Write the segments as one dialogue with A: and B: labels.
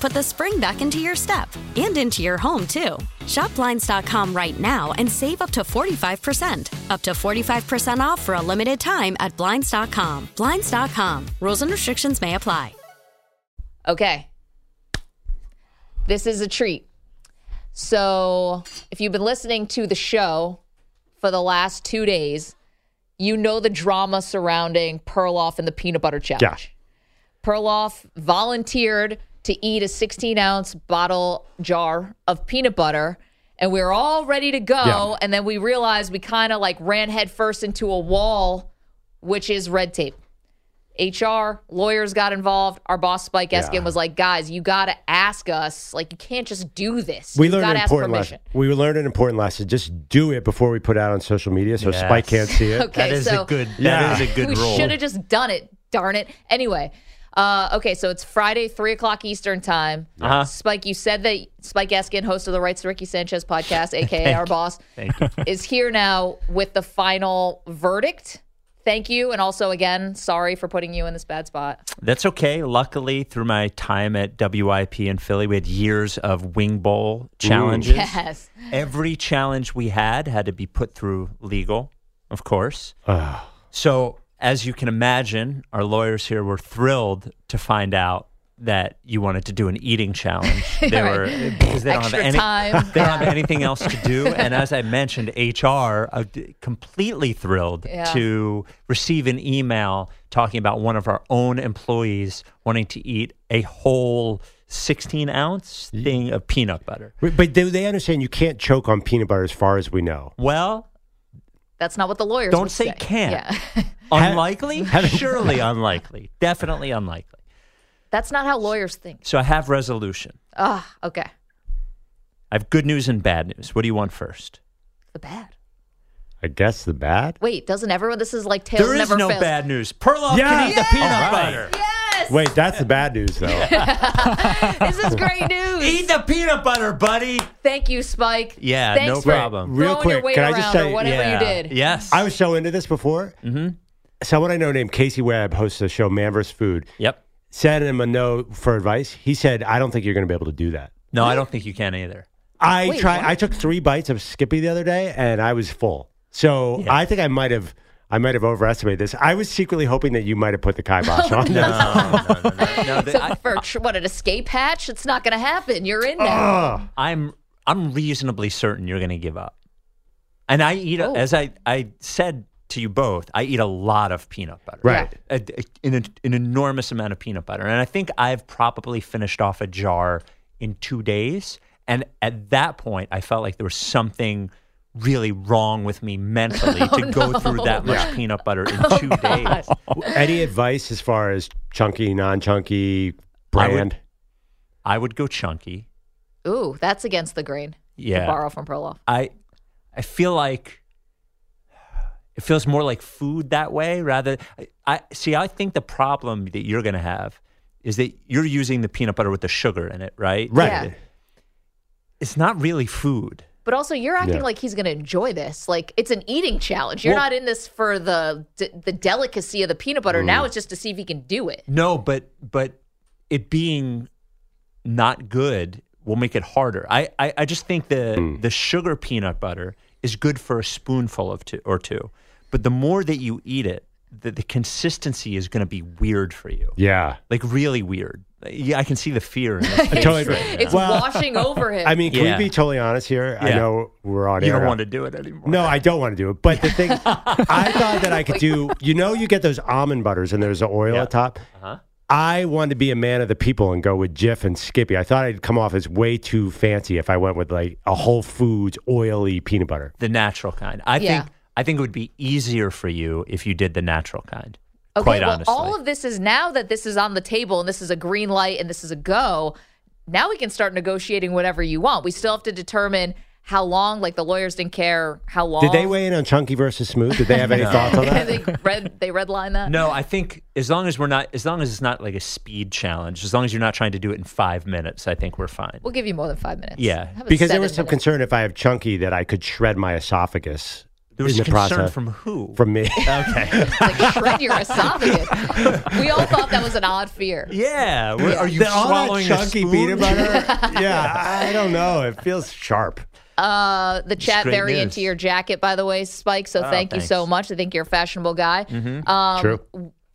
A: put the spring back into your step and into your home, too. Shop Blinds.com right now and save up to 45%. Up to 45% off for a limited time at Blinds.com. Blinds.com. Rules and restrictions may apply.
B: Okay. This is a treat. So, if you've been listening to the show for the last two days, you know the drama surrounding Perloff and the peanut butter challenge. Perloff volunteered to eat a 16 ounce bottle jar of peanut butter, and we were all ready to go.
C: Yeah.
B: And then we realized we kind of like ran headfirst into a wall, which is red tape. HR, lawyers got involved. Our boss, Spike Eskin,
C: Yeah.
B: was like, guys, you got to ask us. Like, you can't just do this.
C: We
B: you
C: learned
B: got
C: an
B: to ask
C: important
B: permission.
C: lesson. We learned an important lesson. Just do it before we put out on social media, so
D: Yes.
C: Spike can't see it.
B: Okay,
D: that is
B: so
D: a good.
C: Yeah.
D: That is a good
B: we
D: role.
B: should have just done it. Darn it. Anyway, uh, okay, so it's Friday, three o'clock Eastern time. Uh,
D: Uh-huh.
B: Spike, you said that Spike Eskin, host of the Rights to Ricky Sanchez podcast, aka our boss,
D: Thank you.
B: is here now with the final verdict. Thank you, and also again, sorry for putting you in this bad spot.
D: That's okay. Luckily, through my time at WIP in Philly, we had years of wing bowl challenges.
B: Yes,
D: Every challenge we had had to be put through legal, of course. So, as you can imagine, our lawyers here were thrilled to find out that you wanted to do an eating challenge. They
B: Right.
D: were because they don't
B: Extra
D: have any
B: time.
D: they don't have anything else to do. And as I mentioned, HR uh, d- completely thrilled
B: Yeah.
D: to receive an email talking about one of our own employees wanting to eat a whole 16 ounce thing of peanut butter.
C: But- But do they understand you can't choke on peanut butter, as far as we know?
D: Well,
B: that's not what the lawyers
D: Don't
B: would
D: say can't.
B: Yeah,
D: unlikely? Surely unlikely. Definitely unlikely.
B: that's not how lawyers think.
D: So I have resolution.
B: Ah, okay,
D: I have good news and bad news. What do you want first?
B: the bad.
C: I guess the bad.
B: Wait, doesn't everyone? This is like tails
D: there is
B: never
D: no
B: fails.
D: bad news. Perloff can
C: Yes!
D: eat the peanut
C: All right.
D: butter.
B: Yes,
C: Wait, that's the bad news, though.
B: this is great news.
D: Eat the peanut butter, buddy.
B: Thank you, Spike.
D: Yeah,
B: Thanks
D: no
B: for
D: problem.
C: Real
B: throwing your
C: quick,
B: weight
C: can I just
B: around
C: say-
B: or whatever
D: yeah.
B: you did?
D: Yes.
C: I was so into this before. Mm-hmm. Someone I know named Casey Webb, hosts the show Man vs. Food,
D: Yep.
C: sent him a note for advice. He said, "I don't think you're going to be able to do that."
D: No, I don't think you can either.
C: I
B: Wait,
C: tried.
B: what?
C: I took three bites of Skippy the other day, and I was full. So I think I might have. I might have overestimated this. I was secretly hoping that you might have put the kibosh
B: Oh,
C: on this.
D: No,
B: So
D: th- I,
B: for tr- what an escape hatch, it's not going to happen. You're in there.
D: I'm I'm reasonably certain you're going to give up. And I eat a,
B: Oh.
D: as I I said to you both, I eat a lot of peanut butter.
C: Right.
D: A, a- an, an enormous amount of peanut butter. And I think I've probably finished off a jar in 2 days, and at that point I felt like there was something really wrong with me mentally
B: Oh,
D: to go through that much peanut butter in 2 days.
C: Any advice as far as chunky, non-chunky
D: I would-
C: brand?
D: I would go chunky.
B: Ooh, that's against the grain. To
D: Yeah.
B: borrow from Perloff.
D: I I feel like it feels more like food that way rather I, I see I think the problem that you're going to have is that you're using the peanut butter with the sugar in it, right?
C: Right.
B: Yeah.
D: It's not really food.
B: But also, you're acting
C: Yeah.
B: like he's going to enjoy this. Like it's an eating challenge. You're
D: Well-
B: not in this for
C: Mm.
B: the d- the delicacy of the peanut butter. Now it's just to see if he can do it.
D: No, but but it being not good will make it harder. I, I, I just think the the sugar peanut butter is good for a spoonful of two or two, but the more that you eat it, the, the consistency is going to be weird for you,
C: Yeah.
D: like really weird. Yeah, I can see the fear. In those
C: I totally agree.
B: It's washing over him.
C: I mean, can
D: Yeah.
C: we be totally honest here? I
D: Yeah.
C: know we're on
D: you
C: air.
D: don't want to do it anymore.
C: No, I don't want to do it. But the thing, I thought that I could do, you know, you get those almond butters and there's the oil
D: Yeah.
C: at top. I wanted to be a man of the people and go with Jif and Skippy. I thought I'd come off as way too fancy if I went with like a Whole Foods oily peanut butter.
D: the natural kind. I
B: Yeah.
D: think I think it would be easier for you if you did the natural kind.
B: Okay,
D: quite
B: well,
D: honestly.
B: all of this is now that this is on the table and this is a green light and this is a go. Now we can start negotiating whatever you want. We still have to determine how long. Like the lawyers didn't care how long.
C: Did they weigh in on chunky versus smooth? Did they have any thoughts on that?
B: they red. They redline that.
D: no, I think as long as we're not, as long as it's not like a speed challenge, as long as you're not trying to do it in five minutes, I think we're fine.
B: We'll give you more than five minutes.
D: Yeah,
B: Have a
C: Because there
B: seven
C: was some
B: minute.
C: concern if I have chunky that I could shred my esophagus.
D: There was
C: in the
D: concern
C: process.
D: from who?
C: From me.
D: okay,
B: Like, shred your esophagus. we all thought that was an odd fear.
D: yeah. we're- Are you
C: The- all that
D: swallowing a
C: chunky
D: spoon?
C: peanut butter? yeah, I don't know. It feels sharp.
B: Uh, the chat
D: Straight
B: very
D: news. Oh,
B: into your jacket, by the way, Spike. So thank you so
D: thanks. Mm-hmm.
B: much. I think you're a fashionable guy.
C: True.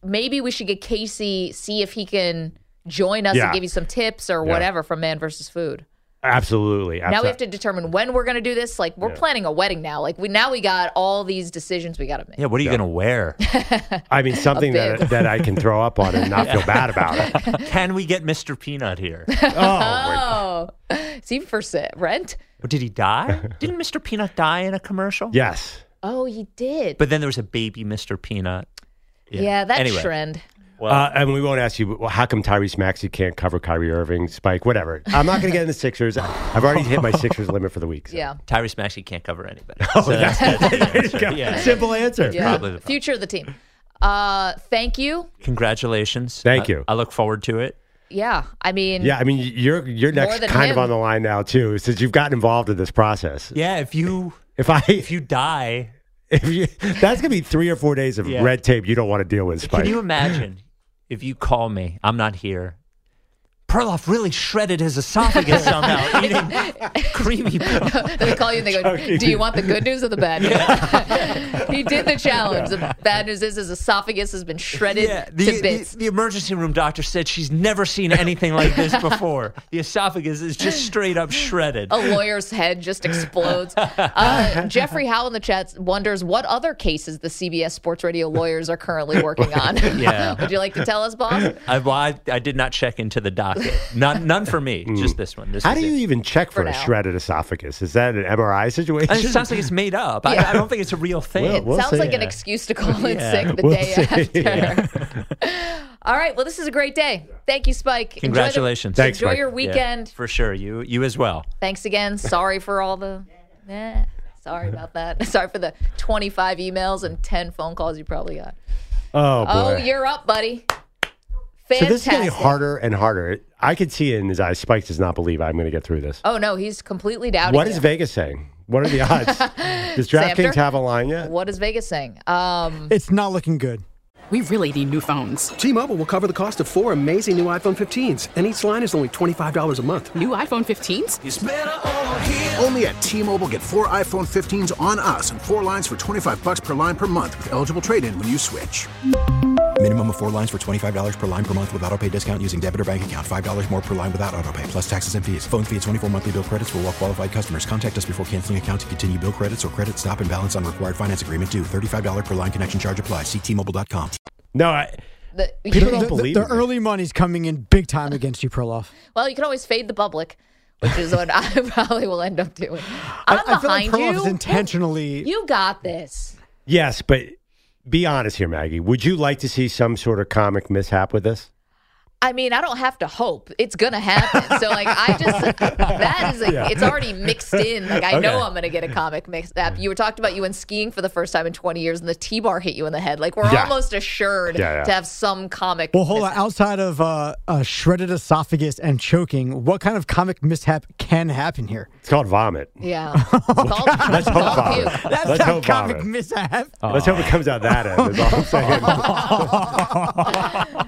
B: maybe we should get Casey, see if he can join us
C: Yeah.
B: and give you some tips or
C: Yeah.
B: whatever from Man versus Food.
C: Absolutely.
B: Now we
C: Absolutely.
B: have to determine when we're going to do this. Like we're planning a wedding now. Like we now we got all these decisions we got to make.
D: Yeah, what are you gonna wear?
C: I mean, something that,
B: big-
C: that I can throw up on and not feel bad about it.
D: Can we get Mr. Peanut here?
C: Oh, my-
B: Oh, is he for sa- rent?
D: Did he die? Didn't Mr. Peanut die in a commercial?
C: yes.
B: Oh, he did.
D: But then there was a baby Mr. Peanut.
B: yeah, that
D: Anyway.
B: trend.
C: uh, and we won't ask you well, how come Tyrese Maxey can't cover Kyrie Irving, Spike, whatever. I'm not going to get in the Sixers. I've already hit my Sixers limit for the week. so.
B: Yeah,
D: Tyrese Maxey can't cover anybody. Oh, that's,
C: Go. Simple answer.
B: yeah.
D: Probably the-
B: future of the team. Uh, thank you.
D: Congratulations.
C: Thank
D: I-
C: you.
D: I look forward to it.
B: Yeah, I mean,
C: Yeah, I mean, you're you're
B: More
C: next
B: than
C: kind of
B: him.
C: on the line now too, since you've gotten involved in this process.
D: Yeah, if you
C: If I
D: if you die,
C: if you that's gonna be three or four days of
D: Yeah.
C: red tape you don't want to deal with, Spike.
D: can you imagine if you call me, I'm not here. Perloff really shredded his esophagus somehow eating creamy.
B: They call you and they go, Do you want the good news or the bad news? he did the challenge. The bad news is his esophagus has been shredded
D: Yeah,
B: to
D: the,
B: bits.
D: the, the emergency room doctor said she's never seen anything like this before. the esophagus is just straight up shredded.
B: a lawyer's head just explodes. Uh, Jeffrey Howe in the chat wonders what other cases the CBS Sports Radio lawyers are currently working on.
D: Yeah.
B: Would you like to tell us, boss?
D: I, well, I, I did not check into the docket. None, none for me. Just this one. This
C: Mm. How
D: is
C: do
D: it.
C: you even check
B: For
C: for, a
B: now.
C: shredded esophagus? Is that an MRI situation?
D: And it sounds like it's made up. I, I don't think it's a real thing.
C: Well, well- We'll
B: Sounds
C: see.
B: like an
C: Yeah.
B: excuse to call in sick the
C: We'll
B: day
C: see.
B: after.
C: Yeah.
B: All right. Well, this is a great day. Thank you, Spike. Enjoy the-
D: Congratulations.
C: Thanks,
B: Enjoy
C: Mike.
B: your
D: Yeah,
B: weekend.
D: for sure. You you as well.
B: Thanks again. Sorry for all the. Eh, sorry about that. Sorry for the 25 emails and 10 phone calls you probably got.
C: oh boy.
B: Oh, you're up, buddy. Fantastic.
C: So this is getting harder and harder. I can see it in his eyes. Spike does not believe I'm going to get through this.
B: Oh, no, he's completely doubting.
C: what is
B: you.
C: Vegas saying? What are the odds? does DraftKings have a line yet?
B: What is Vegas saying? Um,
E: It's not looking good.
F: We really need new phones.
G: T-Mobile will cover the cost of four amazing new iPhone 15s, and each line is only $25 a month.
F: New iPhone 15s?
H: It's better over here. Only at T-Mobile get four iPhone 15s on us and four lines for 25 bucks per line per month with eligible trade-in when you switch.
I: Minimum of four lines for $25 per line per month with auto pay discount using debit or bank account. $5 more per line without auto pay, plus taxes and fees. Phone fee at 24 monthly bill credits for all qualified customers. Contact us before canceling account to continue bill credits or credit stop and balance on required finance agreement due. $35 per line connection charge apply. Ctmobile.com.
C: No, I,
B: the,
C: people don't
E: The, the-
C: believe
E: the
C: in this.
E: early money's coming in big time against you, Perloff.
B: well, you can always fade the public, which is what I probably will end up doing. I'm
E: I, I feel like
B: behind
E: Perloff
B: you.
E: is intentionally.
B: You got this.
C: Yes, but be honest here, Maggie. Would you like to see some sort of comic mishap with this?
B: I mean, I don't have to hope. It's gonna happen. So like, I just that is like, it's already mixed in. Like I know
C: Okay.
B: I'm gonna get a comic mixed up. You were talked about you went skiing for the first time in 20 years, and the T bar hit you in the head. Like we're
C: Yeah.
B: almost assured
C: Yeah, yeah.
B: to have some comic.
E: well, hold on.
B: mishap.
E: Outside of uh, uh, shredded esophagus and choking, what kind of comic mishap can happen here?
C: It's called vomit.
B: Yeah. It's called- it's
C: Let's hope
B: called
C: vomit.
B: puke.
E: That's
C: Let's
E: not
C: hope
E: comic
C: vomit.
E: mishap.
C: Let's hope it comes out that end. Is all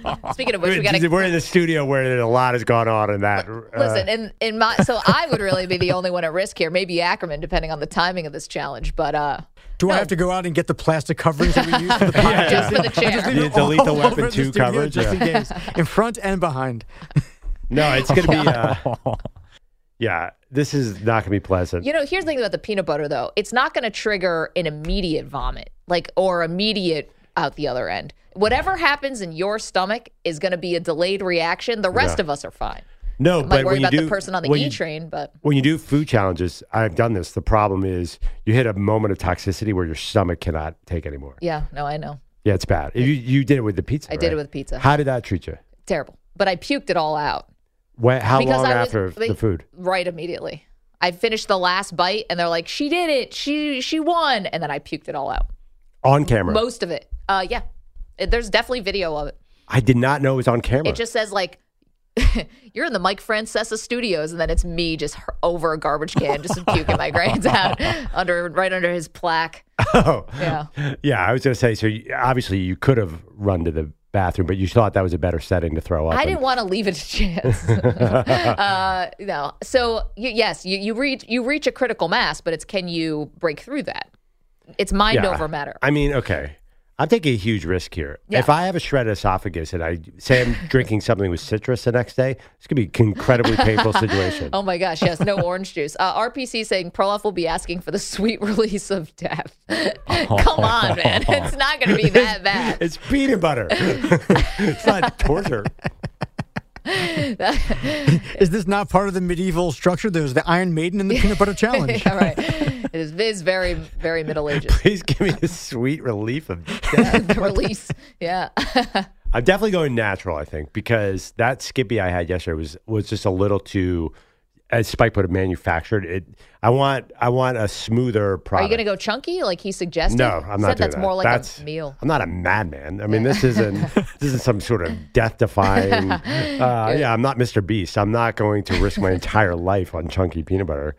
C: I'm saying.
B: Speaking of which, we got
C: We're we're in the studio where a lot has gone on in that. uh,
B: Listen, in in my so I would really be the only one at risk here. Maybe Ackerman, depending on the timing of this challenge. But uh,
E: Do I
B: No.
E: have to go out and get the plastic coverings that we use for the podcast?
B: Just for the chair.
E: leave
C: You
E: it
C: delete
E: all
C: the
E: over
C: Weapon 2
E: studio
C: coverage,
E: Just in case, in front and behind.
C: no, it's gonna be. Uh, yeah, this is not gonna be pleasant.
B: you know, here's the thing about the peanut butter though. It's not going to trigger an immediate vomit, like or immediate out the other end. Whatever happens in your stomach is going to be a delayed reaction. The rest
C: Yeah.
B: of us are fine.
C: no,
B: I
C: but
B: might worry
C: when you
B: about
C: do
B: the person on the
C: when
B: E
C: you-
B: train, but
C: When you do food challenges, I've done this. The problem is you hit a moment of toxicity where your stomach cannot take anymore. Yeah,
B: yeah, no, I know,
C: it's bad. You, you did it with the pizza.
B: I did it
C: right?
B: with pizza.
C: How did that treat you?
B: terrible. But I puked it all out.
C: When, how
B: Because
C: long
B: I was-
C: after
B: wait.
C: the food?
B: right immediately. I finished the last bite and they're like, "She did it. She she won." And then I puked it all out.
C: On camera.
B: Most of it. Uh yeah. It- there's definitely video of it.
C: I did not know it was on camera.
B: It just says like you're in the Mike Francesa studios and then it's me just h- over a garbage can just puking my grains out under right under his plaque.
C: oh.
B: Yeah.
C: Yeah, I was going to say. So you, obviously, you could have run to the bathroom, but you thought that was a better setting to throw up.
B: I
C: in.
B: didn't want to leave it to chance. uh, no. So y yes, you, you reach you reach a critical mass, but it's can you break through that? It's mind
C: Yeah.
B: over matter.
C: I mean, okay, I'm taking a huge risk here.
B: Yeah.
C: If I have a shredded esophagus and I say I'm drinking something with citrus the next day, it's going to be an incredibly painful situation.
B: Oh my gosh, yes, no orange juice. Uh, RPC saying Perloff will be asking for the sweet release of death. Come on, man. It's not going to be that bad.
C: It's peanut butter. it's not torture.
E: Is this not part of the medieval structure? There's the Iron Maiden and the Peanut Butter Challenge.
B: All right. It is, it is very, very Middle Ages.
C: Please give me the sweet relief of death.
B: The release. Yeah.
C: I'm definitely going natural, I think, because that Skippy I had yesterday was was just a little too, as Spike put it, manufactured. It. I want I want a smoother
B: Are
C: product.
B: you going to go chunky like he suggested?
C: No, I'm
B: He said
C: not. doing
B: that's
C: that.
B: more like
C: that's,
B: a meal.
C: I'm not a madman. I mean, this isn't this isn't some sort of death defying. Uh, yeah, I'm not Mr. Beast. I'm not going to risk my entire life on chunky peanut butter.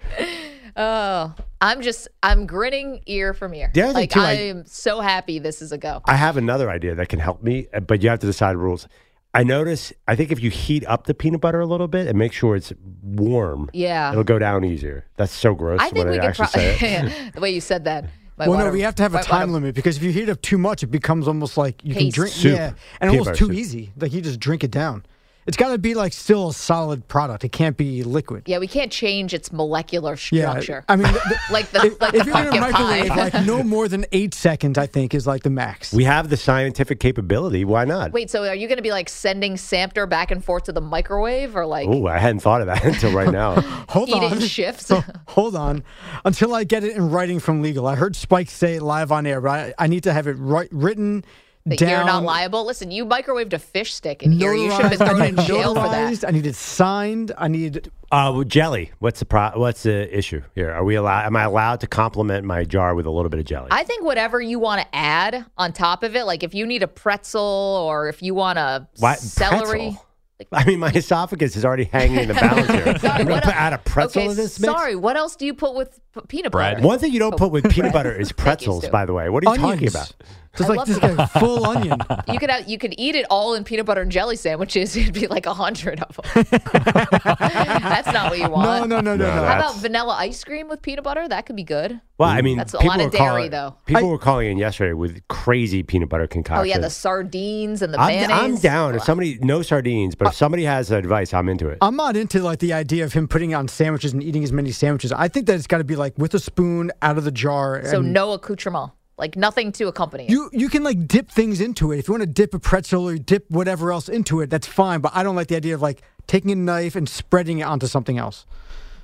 B: Oh, I'm just, I'm grinning ear from ear.
C: The other thing,
B: like,
C: too, I-
B: I'm so happy this is a go.
C: I have another idea that can help me, uh, but you have to decide rules. I notice. I think if you heat up the peanut butter a little bit and make sure it's warm,
B: Yeah.
C: it'll go down easier. That's so gross
B: I think
C: when
B: we
C: I
B: could
C: actually
B: probably,
C: say it.
B: the way you said that. might
E: well, no,
B: wanna-
E: we have to have a
B: might wanna-
E: time limit because if you heat it up too much, it becomes almost like you can
B: Paste.
E: drink.
C: Soup.
E: Yeah, and
C: Peanut
E: almost
C: butter
E: too
C: soup.
E: easy. Like you just drink it down. It's got to be like still a solid product. It can't be liquid.
B: Yeah, we can't change its molecular structure.
E: I mean, th- th-
B: like the, like
E: if you're
B: the
E: in a
B: pumpkin pie.
E: microwave, like no more than eight seconds, I think, is like the max.
C: We have the scientific capability. Why not?
B: Wait, so are you going to be like sending Samter back and forth to the microwave or like
C: Oh, I hadn't thought of that until right now.
E: Hold
B: eat it
E: on.
B: in shifts?
E: Oh, hold on until I get it in writing from legal. I heard Spike say it live on air, but I, I need to have it right, written
B: that
E: down.
B: you're not liable? Listen, you microwaved a fish stick in here. You should have been
E: notarized.
B: thrown
E: I
B: in
E: need
B: jail for that.
E: notarized. I need it signed. I need
C: Uh, well, jelly. What's the pro- What's the issue here? Are we allowed? Am I allowed to complement my jar with a little bit of jelly?
B: I think whatever you want to add on top of it, like if you need a pretzel or if you want a
C: Why-
B: celery.
C: pretzel? I mean, my esophagus is going to be hanging in the balance here. I'm going
B: what
C: to
B: el-
C: add a pretzel
B: okay,
C: to this mix.
B: sorry. What else do you put with p- peanut
D: Bread.
B: butter?
C: One thing you don't put with peanut butter is pretzels.
B: Stu.
C: By the way, what are you
E: onions.
C: talking about?
E: Just
B: I
E: like
B: love
E: this
B: peanut
E: guy, full onion.
B: You could have, you could eat it all in peanut butter and jelly sandwiches. It'd be like a hundred of them. That's not what you want.
E: No, no, no, no,
C: No,
E: no.
B: How about
C: That's-
B: vanilla ice cream with peanut butter? That could be good.
C: Well, I mean,
B: That's a
C: people
B: lot of
C: were
B: dairy,
C: calling,
B: though.
C: People were calling in yesterday with crazy peanut butter concoctions.
B: Oh yeah, the sardines and the
C: I'm,
B: mayonnaise.
C: I'm down. If somebody no sardines,
E: Uh,
C: but if somebody has advice, I'm into it.
E: I'm not into like the idea of him putting on sandwiches and eating as many sandwiches. I think that it's got to be like with a spoon out of the jar.
B: So
E: and
B: no accoutrement, like nothing to accompany. it.
E: You you can like dip things into it. If you want to dip a pretzel or dip whatever else into it, that's fine. But I don't like the idea of like taking a knife and spreading it onto something else.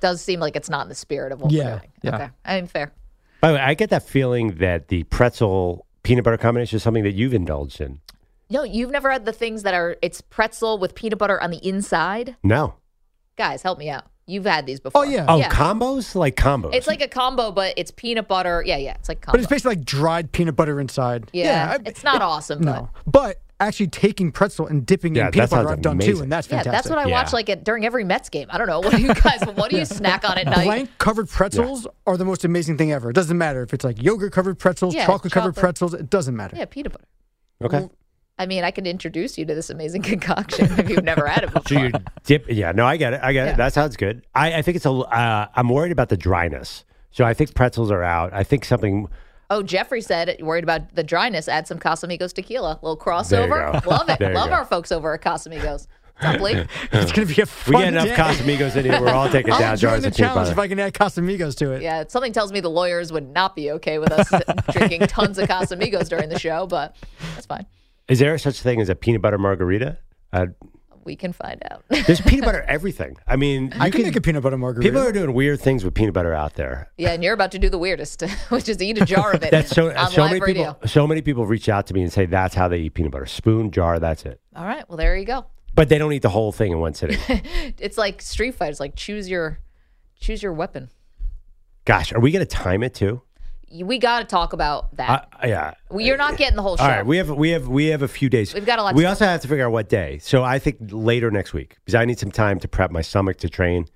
B: does seem like it's not in the spirit of what
E: Yeah,
B: we're doing.
E: yeah.
B: Okay, I mean fair.
C: By the way, I get that feeling that the pretzel peanut butter combination is something that you've indulged in.
B: No, you've never had the things that are it's pretzel with peanut butter on the inside.
C: No.
B: Guys, help me out. You've had these before.
E: Oh yeah,
C: Oh, combos like combos.
B: It's like a combo, but it's peanut butter. Yeah, yeah, it's like combo.
E: but it's basically like dried peanut butter inside.
B: yeah,
E: I-
B: it's not awesome. But
E: no, but actually taking pretzel and dipping it
C: Yeah,
E: in peanut
C: that
E: butter,
C: sounds
E: I've done too,
C: amazing.
E: and that's
B: Yeah,
E: fantastic.
B: that's what I watch
C: Yeah.
B: like at, during every Mets game. I don't know. What do you guys? what do you snack on at night?
E: Blank covered pretzels are the most amazing thing ever. It doesn't matter if it's like yogurt covered pretzels,
B: Yeah,
E: chocolate covered
B: chocolate.
E: pretzels. It doesn't matter.
B: Yeah, peanut butter.
C: okay.
B: I mean, I could introduce you to this amazing concoction if you've never had it before.
C: So you dip, yeah. No, I get it. I get
B: Yeah.
C: it. That sounds good. I, I think it's a. l- Uh, I'm worried about the dryness. So I think pretzels are out. I think something.
B: Oh, Jeffrey said, worried about the dryness, add some Casamigos tequila. little
C: There you
B: crossover.
C: go.
B: Love it.
C: There you
B: Love
C: go.
B: our folks over at Casamigos. Dumpling.
E: It's going to be a
C: We
E: fun
C: get enough
E: day.
C: Casamigos in here. We're all taking
E: I'll
C: down
E: join
C: jars
E: the
C: of peanut
E: challenge
C: butter.
E: if I can add Casamigos to it.
B: yeah, something tells me the lawyers would not be okay with us drinking tons of Casamigos during the show, but that's fine.
C: Is there such thing as a peanut butter margarita? Uh,
B: We can find out.
C: there's peanut butter everything. I mean,
E: I
C: you
E: can, make a peanut butter margarita.
C: People are doing weird things with peanut butter out there.
B: yeah, and you're about to do the weirdest, which is eat a jar of it
C: That's so
B: on
C: so
B: live
C: many
B: radio.
C: people. So many people reach out to me and say that's how they eat peanut butter: spoon, jar. That's it.
B: All right, well, there you go.
C: But they don't eat the whole thing in one sitting.
B: It's like Street Fighters, like choose your choose your weapon.
C: Gosh, are we going to time it too?
B: You- We got to talk about
C: I,
B: that.
C: yeah.
B: Well, you're not getting the whole show.
C: All right, we have we have we have a few days.
B: We've got a lot
C: We
B: to
C: also have to figure out what day. So I think later next week because I need some time to prep my stomach to train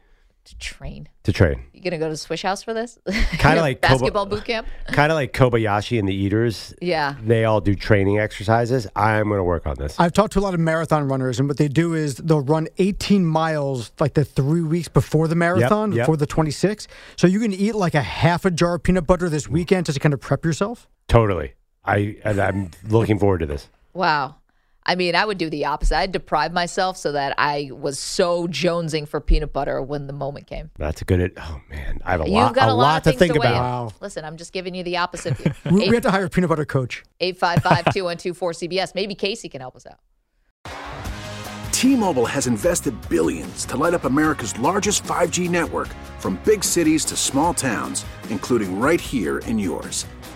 B: to train.
C: to train.
B: You gonna go to Swish House for this?
C: Kind of like Koba-
B: basketball boot camp.
C: Kind of like Kobayashi and the Eaters.
B: Yeah.
C: They all do training exercises. I'm going to work on this.
E: I've talked to a lot of marathon runners, and what they do is they'll run 18 miles like the three weeks before the marathon,
C: yep.
E: before the 26. So you can e eat like a half a jar of peanut butter this weekend just to kind of prep yourself.
C: totally. I and I'm looking forward to this.
B: Wow. I mean, I would do the opposite. I'd deprive myself so that I was so jonesing for peanut butter when the moment came.
C: That's a good. Oh man, I have a
B: You've
C: lot.
B: got a, lot, of
C: to
B: things
C: think
B: weigh in.
C: about.
E: Wow.
B: Listen, I'm just giving you the opposite.
E: We, we have to hire a peanut butter coach.
B: 855 2124 CBS. Maybe Casey can help us out.
H: T-Mobile has invested billions to light up America's largest 5G network from big cities to small towns, including right here in yours.